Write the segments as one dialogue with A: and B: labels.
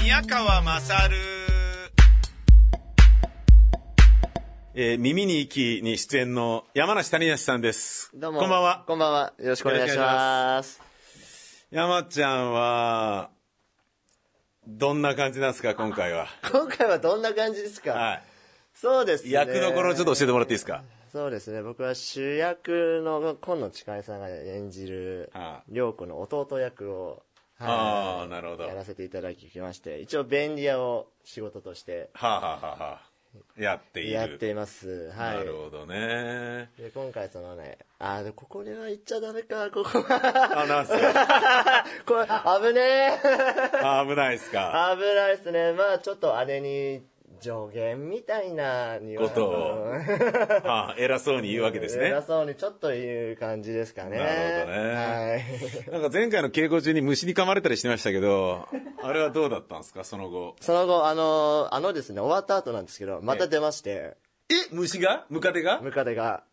A: 宮川勝
B: えー耳に息に出演の山梨谷梨さんです。
C: どうも。
B: こんばんは。
C: こんばんは。よろしくお願いします。
B: 山ちゃんは、どんな感じなんですか、今回 は。
C: 今回はどんな感じですか、
B: は
C: そうです
B: い。
C: ね。
B: 役どころをちょっと教えてもらっていいですか。
C: そうですね。僕は主役の今野千佳恵さんが演じる
B: ああ、
C: 涼子の弟役を、はい
B: ああ、なるほど。は
C: や
B: あ、
C: らせていただきまして、一応便利屋を仕事として
B: はあはあはあ、やっている。
C: やっています。はい
B: な。るほどね。
C: で、今回そのね、あー、でここには行っちゃダメか、ここは。
B: あ、なんすか。
C: これ、危ねえ。
B: あ危ないですか。
C: 危ないですね。まあちょっとあれに助言みたいなには
B: こと を
C: うん
B: は あ、偉そうに言うわけですね。
C: 偉そうにちょっと言う感じですかね。
B: なるほどね
C: はい。
B: なんか前回の稽古中に虫に噛まれたりしてましたけど、あれはどうだったんですか、その後。
C: その後、あの、あのですね、終わった後なんですけど、また出まして、
B: え虫がムカデが
C: ムカデが。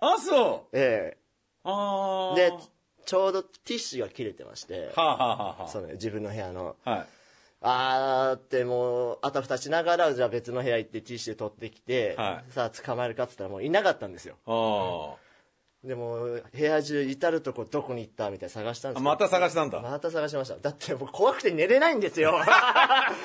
B: あ、そ
C: え
B: う。あ
C: え
B: あ。
C: で、ちょうどティッシュが切れてまして、
B: はあ、はあはあは
C: その自分の部屋の。
B: あ、はい。
C: あーってもう、あたふたしながら、じゃあ別の部屋行ってティッシュ取ってきて、
B: は
C: さあ捕まえるかって言ったらもういなかったんですよ。
B: あ
C: でも、部屋中至るとこどこに行ったみたいな探したんで
B: あ。
C: すけど
B: また探したん だ。
C: また探しました。だってもう怖くて寝れないんですよ。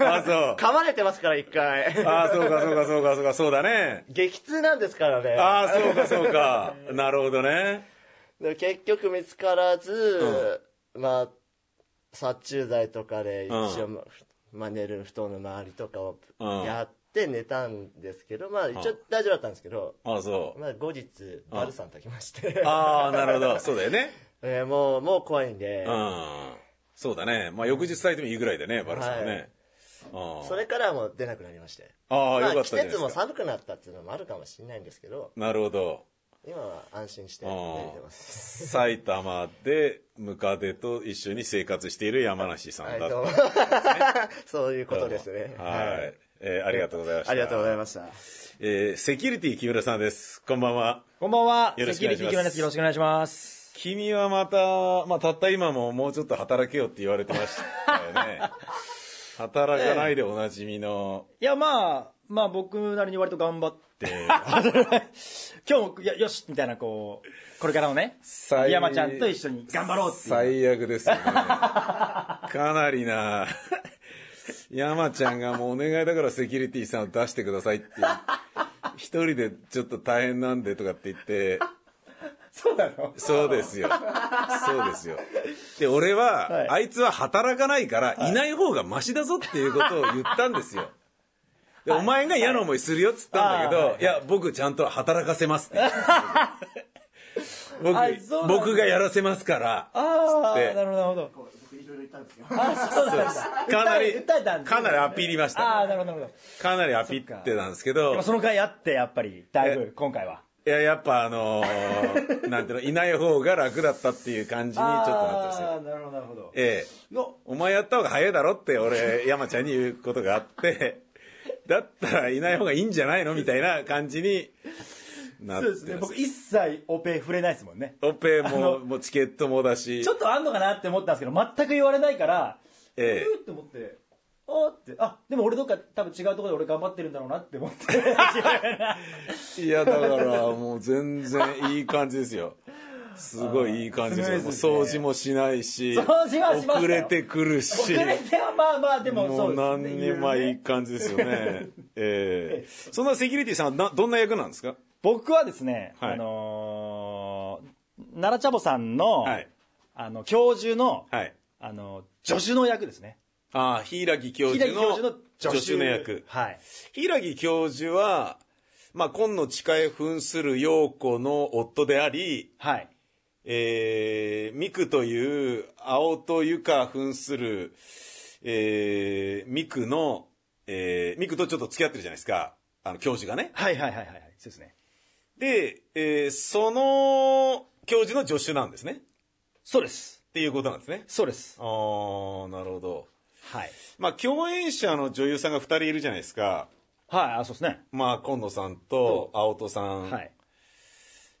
B: あ、そう。
C: 噛まれてますから、一回。
B: ああ、そうか、そうか、そうか、そうか、そうだね。
C: 激痛なんですからね。
B: ああ、そうか、そうか。なるほどね。
C: でも結局見つからず、まあ、殺虫剤とかで一応、
B: う
C: ままあ、寝る布団の周りとかを
B: うん
C: やって寝たんですけど、まあ一応大丈夫だったんですけど、
B: ああ、そう。
C: まあ後日、バルさんと来まして、
B: ああ、なるほど。そうだよね。
C: えーもう、もう怖いんで
B: う、ん。そうだね。まあ、翌日咲いてもいいぐらいでね、バルさんはね。あ
C: それからはもう出なくなりまして。
B: あああ、よ
C: まあ
B: かった
C: 季
B: じゃないで
C: 節
B: す
C: も
B: か。
C: 寒くなったっていうのもあるかもしれないんですけど、
B: なるほど。
C: 今は安心して
B: あ
C: 寝れて
B: あ
C: ます。
B: 埼玉でムカデと一緒に生活している山梨さんだっ
C: はい、
B: た
C: どうも。 そういうことですね。
B: はい、えーありがとうございました。
C: ありがとうござい
B: ま
C: ました。
B: す。えーセキュリティ木村さんです。こんばんは。
D: こんばんは。
B: よろしくお願いします
D: セキュリティ木村です。よろしくお願いします。
B: 君はまた、まあ、たった今ももうちょっと働けよって言われてましたよね。 働かないでおなじみの、
D: いや、まあ、まあ僕なりに割と頑張 って、今日も、いやよしみたいな、こう、これからのね、
B: 最
D: 山ちゃんと一緒に頑張ろうっていう。
B: 最悪ですよ ね。かなりな、山ちゃんがもうお願いだからセキュリティさんを出してくださいっていう、一人でちょっと大変なんでとかって言って、
D: そうなの
B: そうですよ。そうですよ。で、俺は、
D: はい
B: あいつは働かないから、い、ない方がマシだぞっていうことを言ったんですよ。で、お前が嫌な思いするよっつったんだけど、
D: はい
B: い、や、僕ちゃんと働かせます って言って。
D: あそうなん
B: 僕、
D: だ
B: 僕がやらせますから、
D: ああ、
B: で
D: なるほど、なるほど。あそうなんだ。
B: かなり
D: 訴えた訴えたん、だ
B: かなりアピりまし
D: あ
B: た。
D: あ、なるほど、なるほ
B: かなりアピってたんですけ
D: ど。で
B: ど
D: も、その回あって、やっぱり、だいぶ、今回は。
B: いや、やっぱあの ーなんていうの、いない方が楽だったっていう感じにちょっとなってますよ
D: あ。あ、なるほど、なるほど。
B: ええ。お前やった方が早いだろって俺、山ちゃんに言うことがあって、 だったらいない方がいいんじゃないのみたいな感じになっ
D: そうです
B: て
D: ね。
B: ます
D: 僕、。一切オペ触れないですもんね。
B: オペも、
D: あの
B: もうチケットもだし
D: ち、ょっとあんのかなって思ったんですけど、全く言われないから、
B: ええ
D: ふーって思って、あーって、あ、でも俺どっか多分違うところで俺頑張ってるんだろうなって思 って。
B: いやだからもう全然いい感じですよ。すごいいい感じですよ。
D: スムーズですね
B: もう掃除もしないし、
D: 掃除はしましたよ
B: 遅れてくるし。
D: 遅れてはまあまあ、でも
B: も
D: そう
B: う
D: です
B: 何
D: ね。
B: にもいい感じですよね。ええそんなセキュリティさんはなどんな役なんですか
D: 僕はですね、
B: はい
D: あのー、奈良茶坊さんの、
B: はい
D: あの、教授の、
B: はい。
D: あの、助手の役ですね。
B: ああ、柊教授
D: 平木教
B: の
D: 授の
B: 助手の役。
D: はい。
B: 柊教授は、まあ、今野誓い扮する陽子の夫であり、
D: はい。
B: えー、ミクという、青とゆか扮する、えー、ミクの、えー、ミクとちょっと付き合ってるじゃないですか。あの、教授がね。
D: はいはいはいはいはい。そうですね。
B: で、えー、その、教授の助手なんですね。
D: そうです。
B: っていうことなんですね。
D: そうです。
B: あー、なるほど。
D: はい。
B: まあ、共演者の女優さんが二人いるじゃないですか。
D: はい、あ、そうですね。
B: まあ、今野さんと青戸さん。
D: はい。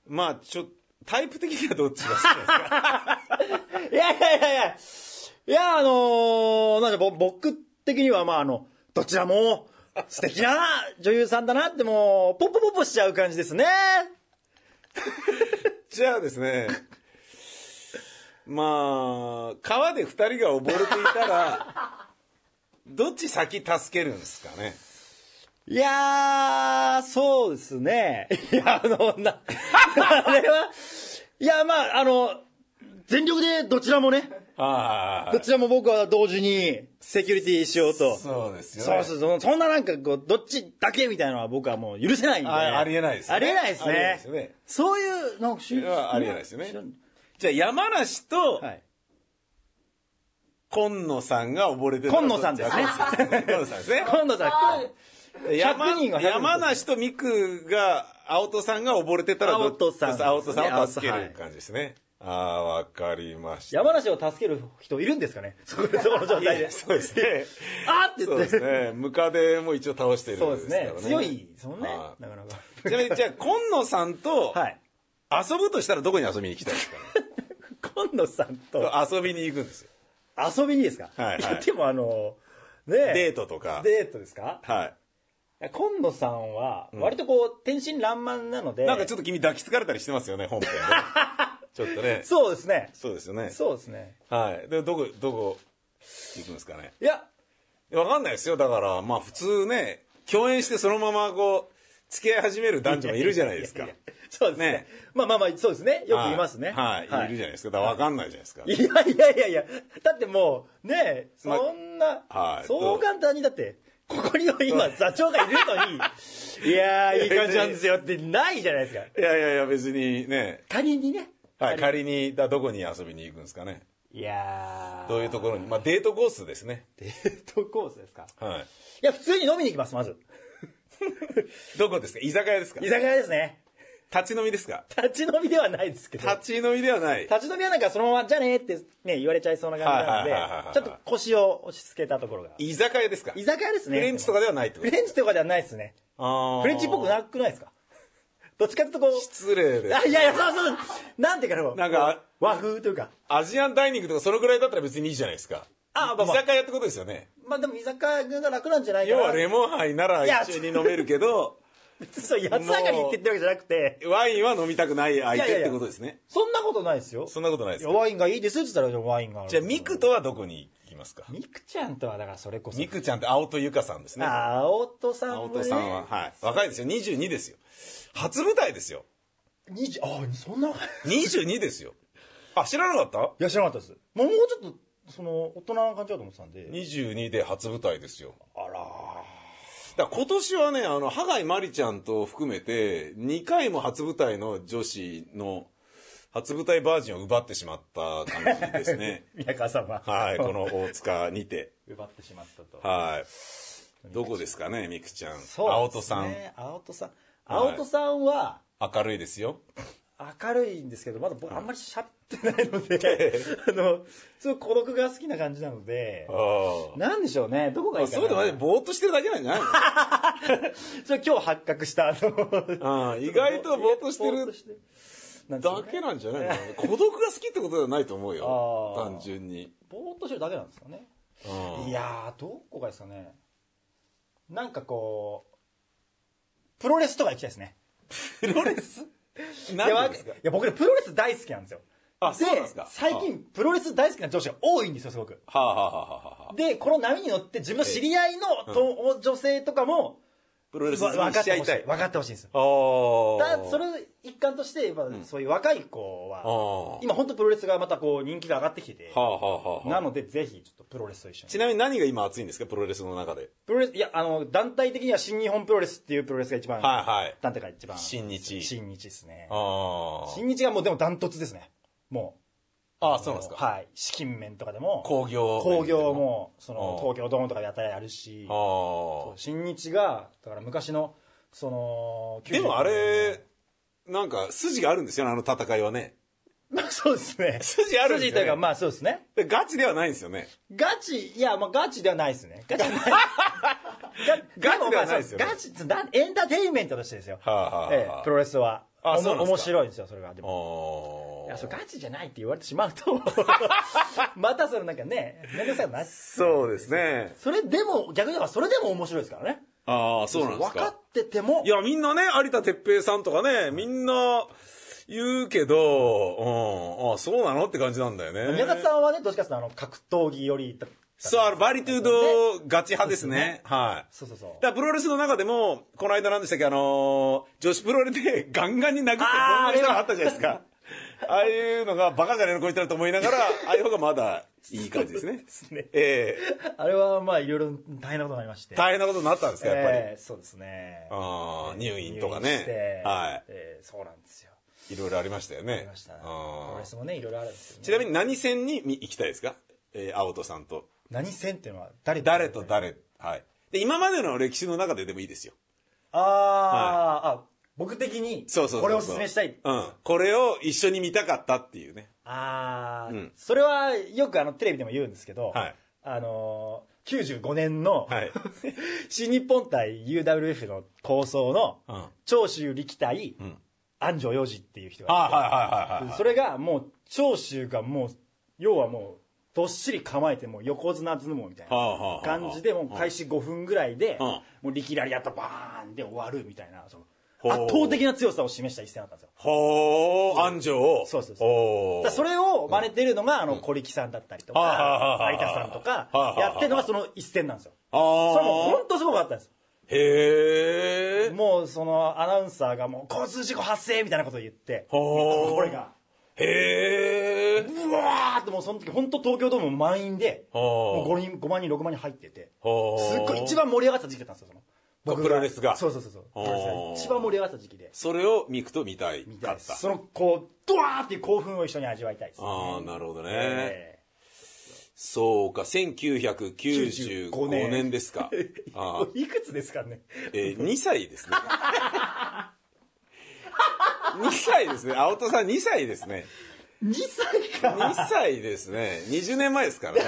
B: ま あ、ちょ、タイプ的にはどっちが好きなんですか
D: いやいやいやいや、いいや、あのーなんでぼ僕的には、まあ、あの、どちらも素敵な女優さんだなって、もう、ポッポポッポしちゃう感じですね。
B: じゃあですね、まあ、川で二人が溺れていたら、どっち先助けるんですかね。
D: いやー、そうですね。いや、あの、な、あれは、いや、まあ、あの、全力でどちらもね、
B: あ
D: どちらも僕は同時にセキュリティしようと。
B: そうですよ
D: そう
B: ね。
D: そうそう、そんななんかこう、どっちだけみたいなのは僕はもう許せないんで。
B: あありえないですね
D: ありえないです
B: ありえない
D: ね
B: です。ね
D: そういう、なんかし、
B: やありえないですよねじゃあ山梨と
D: はい。
B: 今野さんが溺れてたら
D: 今野さんですね
B: あ 今野さんですね。
D: 今度さ、
B: 山
D: 100人は100人
B: 山梨とミクが青戸さんが溺れてたらど
D: 青戸さんですね
B: 青戸さんを助け
D: 青戸
B: る
D: はい
B: 感じですね、ああわかりました
D: 山梨を助ける人いるんですかねそこで、そこの状態
B: いや
D: で。
B: そう ですね
D: あーって
B: そ
D: 言
B: う
D: っ
B: で
D: て。
B: すねムカデも一応倒してるん
D: そう
B: で
D: ですす
B: からね
D: ね。強いですもんね
B: は。い
D: なかなか。
B: ちなみにじゃあ今野さんと
D: はい。
B: 遊ぶとしたらどこに遊びに行きたいですか、
D: 今野さんと
B: 遊びに行くんですよ
D: 遊びにですか
B: はいはい
D: やでもあの、ねえ
B: デートとか
D: デートですか
B: はい
D: や今野さんは、割とこう、天真爛漫なの
B: い
D: で。
B: なんかちょっと君抱きつかれたりしてますよね 本編でちょっとね
D: そうですね。
B: そうですよね
D: そうですね。
B: はいでどこどこ行くんですかね
D: いや、
B: わかんないですよ。だから、まあ普通ね、共演してそのままこう、付き合い始める男女もいるじゃないです か。
D: やややそうですね
B: ね
D: まあまあまあ、そうですね。よく言いますね。
B: はい。はいいるじゃないですか。だからわかんないじゃないですか。
D: いやいやいやいや、だってもう、ねえ、
B: まあ
D: そんな、
B: はい
D: そう簡単にだって、ここに今座長がいるの に、いやー、いい感じなんですよってないじゃないですか。
B: いやいやいや、別にね、
D: 仮にね。
B: はい、仮に、だどこに遊びに行くんですかね。
D: いやー。
B: どういうところに。まあデートコースですね。
D: デートコースですか
B: はい
D: や、普通に飲みに行きます、まず。
B: い。どこですか居酒屋ですか
D: 居酒屋ですね。
B: 立ち飲みですか
D: 立ち飲みではないですけど。
B: 立ち飲みではない。
D: 立ち飲みはなんかそのまま、じゃあねってね、言われちゃいそうな感じなの
B: はいはいはいはいはい
D: で、ちょっと腰を押し付けたところが。
B: 居酒屋ですか
D: 居酒屋ですね。
B: フレンチとかではないってこ
D: フ
B: と
D: レンチとかではないですね。
B: あー
D: フレンチっぽくなくないですかどっちかっていうとこう、
B: 失礼です
D: あ、。いやいや、そうそう、なんていうかこう、
B: なんか
D: 和風というか、
B: アジアンダイニングとかそのぐらいだったら別にいいじゃないですか。
D: あまあまあ
B: 居酒屋ってことですよね。
D: まあでも居酒屋が楽なんじゃないか
B: 要
D: な。
B: はレモン杯なら一緒に飲めるけど、
D: そう、八つ上がりって言ってるわけじゃなくて、
B: ワインは飲みたくない相
D: いやい
B: 手
D: や
B: っ
D: い
B: て
D: や
B: ことですね。
D: そんなことないですよ。
B: そんなことないで
D: い
B: す
D: や
B: か
D: ワインがいいですって言ったら、じゃあワインがある。
B: じゃあ、ミクとはどこに行きますか
D: ミクちゃんとは、だからそれこそ。
B: ミクちゃんって青戸ゆかさんですね。
D: あ、青戸さんは、
B: 青
D: ね。
B: 戸さんは。はい。若いですよ。22ですよ。初舞台ですよ。
D: 20、あ、そんな。い
B: 22ですよ。あ、知らなかった
D: や、知らなかったです。もうもうちょっと、その、大人な感じだと思ってたんで。
B: ?22 で初舞台ですよ。
D: あら
B: だから今年はね、あの、ハガイマリちゃんと含めて、2回も初舞台の女子の、初舞台バージンを奪ってしまった感じですね。
D: 宮川さんは。
B: はい、この大塚にて。
D: 奪ってしまったと。
B: はい。どこですかね、ミクちゃん。
D: そう
B: 青
D: で
B: 戸
D: す
B: さん。
D: ね青戸さん。青戸さんは、
B: 明るいですよ。
D: 明るいんですけど、まだ僕あんまり喋ってない ので、あの、すごい孤独が好きな感じなので
B: あ、あ。
D: なんでしょうね、どこがいいか
B: そうでも
D: な。
B: ね、ぼーっとしてるだけなんじゃないの
D: それ今日発覚した、あの、
B: ああ 意外とぼーっとして
D: ぼーっ
B: る
D: としてなんですよ
B: だ
D: ね
B: けなんじゃないの孤独が好きってことではないと思うよ。
D: ああ
B: 単純に。
D: ぼーっとしてるだけなんですよね。
B: うん
D: いやー、どこがですかね。なんかこう、プロレスとか行きたいですね。
B: プロレス
D: いや
B: 何
D: わ
B: で
D: か
B: です
D: い
B: か
D: や、僕ね、プロレス大好きなんですよ。
B: あそうなんですか
D: 最近、プロレス大好きな女子が多いんですよ、すごく。
B: はあはあはあはあはあ。
D: で、この波に乗って、自分の知り合いのと女性とかも、
B: プロレス
D: わ分
B: に
D: かっ
B: しちゃ
D: て
B: い
D: ほしい。
B: たい。
D: 分かってほしいんですよ。
B: あ
D: だ
B: あ。
D: それ一環として、まあそういう若い子
B: あ
D: は、
B: あ。は
D: 今本当プロレスがまたこう人気が上がってきてて
B: あ、はあはあは
D: な
B: あ。
D: のでぜひちょっとプロレスと一緒に。
B: ちなみに何が今熱いんですかプロレスの中で。
D: プロレス、いや、あの、団体的には新日本プロレスっていうプロレスが一番、
B: はいはい。
D: 団体が一番、
B: 新日
D: 新日ですね。
B: あ
D: 新日がもうでもダントツですね。もう。
B: あ。ああ、そうなんですか。
D: はい。資金面とかでも、
B: 工業。
D: 工業。も、そ
B: あ
D: の、
B: ー
D: 東京ドームとかやたらやるし、
B: ああ。
D: 新日が、だから昔の、その、
B: でもあ
D: 90
B: れ、なんか筋があるんですよね、あの戦いはね。
D: まあそうですね。
B: 筋あるんですよね
D: 筋というか、まあそうですね。
B: でガチではないんですよね。
D: ガチ、いや、まあガチではないですね。ガチではない。ガ
B: ガチではないですよね
D: ガチ、だエンターテインメントとしてですよ。
B: はあはあはあ
D: ええプロレスは。
B: あ
D: おも
B: そうなんですか
D: 面白いんですよ、それが。でも。
B: あ
D: や、そう、ガチじゃないって言われてしま うと、またそれなんかね、めんどくさいな。
B: そうですね。
D: それでも、逆に言えばそれでも面白いですからね。
B: ああ、そうなんです
D: 分か
B: か
D: っ。てても
B: い、や、みんなね、有田哲平さんとかね、みんな言うけど、うん、あそうなのって感じなんだよね。
D: 宮勝さんはね、どっちかっていうと、あの、格闘技よりだったんですよ、
B: そう、あの、バリトゥードガチ派ですね。はい。
D: そうそうそう。
B: だからプロレスの中でも、この間何でしたっけ、あのー女子プロレでガンガンに殴って
D: あ
B: こ
D: ー
B: んな人があったじゃないですか。ああいうのがバカじゃねえのこいつらと思いな がら、ああいう方がまだいい感じですね。
D: ね
B: ええ
D: あれは、まあ、いろいろ大変なことになりまして。
B: 大変なことになったんですか、やっぱり。
D: ええそうですね。
B: ああ、入院とか
D: 入院して
B: ね。は
D: ええそうなんですよ。
B: い。いろいろありましたよね。
D: ありましたね。プロ
B: あ
D: レスもね、いろいろあるんです
B: ー
D: け
B: ちな
D: ど、ね。
B: みに何戦に行きたいですかえー、青戸さんと。
D: 何戦っていうのは誰
B: 誰と誰、はい。で、今までの歴史の中ででもいいですよ。
D: あー、あ、僕的に、
B: そうそうそうそう
D: これをお勧めしたい。
B: うん。これを一緒に見たかったっていうね。
D: あー、
B: うん
D: それはよくあのテレビでも言うんですけど、
B: はい
D: あのー、95年の、
B: はい。
D: 新日本対 UWF の構想の、
B: うん。
D: 長州力対
B: うん。
D: 安城洋二っていう人
B: あ
D: がいて、
B: はいはいはいはい。
D: それがもう長州がもう要はもうどっしり構えてもう横綱相撲みたい
B: はあはあは
D: な
B: あ
D: 感じでもう開始5分ぐらいで
B: うん
D: もう力ラリアットバーンで終わるみたいなその
B: ほう
D: 圧倒的な強さを示した一戦だったんですよ
B: ほー、安城を。
D: そうそうそう
B: ほー
D: だからそれを真似てるのがあの小力さんだったりと
B: はあはあはあ
D: か
B: はあ
D: 有田さんとか
B: はあはあはあ
D: やってるのがその一戦なんですよ
B: あ
D: そ
B: ー。
D: れはもう本当すごかったんです
B: へー。
D: もうそのアナウンサーがもう交通事故発生みたいなことを言って
B: ほー
D: これが
B: へー。
D: うわーってもうその時本当東京ドーム満員でも
B: ほ
D: う
B: ー。
D: 5人、5万人、6万人入ってて、
B: ほー
D: すっごい一番盛り上がった時期だったんですよ、その。
B: プロレスが
D: そうそうそうそう。プ
B: おー
D: ロレスが一番盛り上がった時期で。
B: それを見くと見たい
D: みた
B: か
D: い
B: っ
D: です
B: た。
D: その、こう、ドワーっていう興奮を一緒に味わいたいです、
B: ああ、なるほどね。
D: え
B: そうか、1995年です か。
D: ー
B: あー
D: いくつですかね。
B: えー、2歳ですね。2歳ですね。青戸さん2歳ですね。
D: 2歳か。
B: 2歳ですね。20年前ですからね。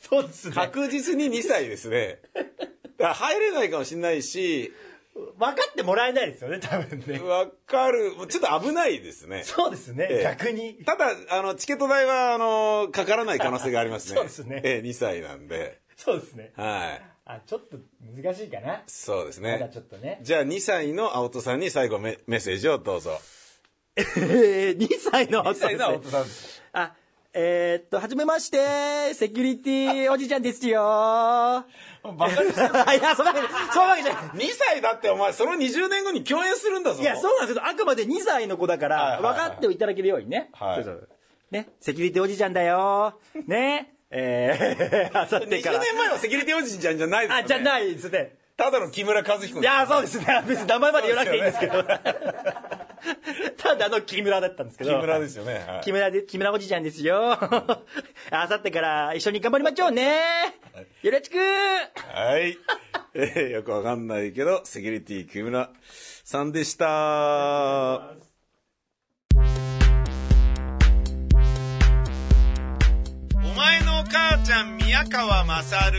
D: そうですね。
B: 確実に2歳です ね。だから入れないかもしれないし、
D: 分かってもらえないですよね、多分ね。
B: わかる。ちょっと危ないですね。
D: そうですね、
B: ええ
D: 逆に。
B: ただ、あの、チケット代は、あの、かからない可能性がありますね。
D: そうですね
B: ええ、2歳なんで。
D: そうですね。
B: はい。
D: あ、ちょっと難しいかな。
B: そうです
D: まだ
B: ね
D: ち。ょっとね。
B: じゃあ2歳の青戸さんに最後メメッセージをどうぞ。
D: えー、2歳の青
B: 2歳の青戸さんです。
D: あ、えーっと、はじめまして、セキュリティおじちゃんですよ。バカにして いや、そんなわけじゃ、そんなわけじゃない。
B: 2歳だってお前その20年後に共演するんだぞ
D: いや、そうなんですけど、あくまで2歳の子だから、
B: はいはいはい
D: 分かっていただけるようにね。
B: はい
D: そうそうね、セキュリティおじちゃんだよ。ね。えー、あさ っ
B: 20
D: てから。
B: 年前はセキュリティおじちゃんじゃないですよ、ね、
D: あ、じゃないですね。
B: ただの木村和彦
D: いや、そうですね。別に名前まで言わなくていいんですけど。 ただの木村だったんですけど。
B: 木村ですよね、はい
D: 木村で、木村おじちゃんですよ。 あさってから一緒に頑張りましょうね。よろしく
B: はい、えーよくわかんないけどセキュリティ木村さんでしたお前のお母ちゃん宮川勝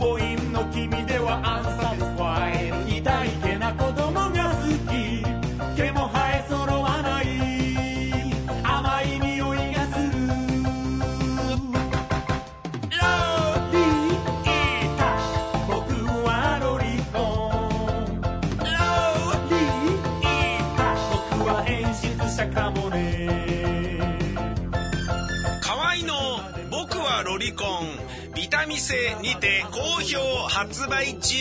A: 母音の君ではアンサティスファイ痛いけな子供が好き毛も生え揃わない甘い匂いがするロリータ僕はロリコンロリータ僕は演出者かもね
B: 河合の僕はロリコンビタミセにて好評発売中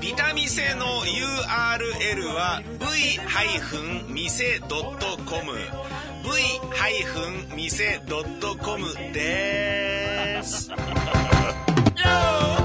B: ビタミセの URL は v-mise.com v-mise.com です
A: ロリー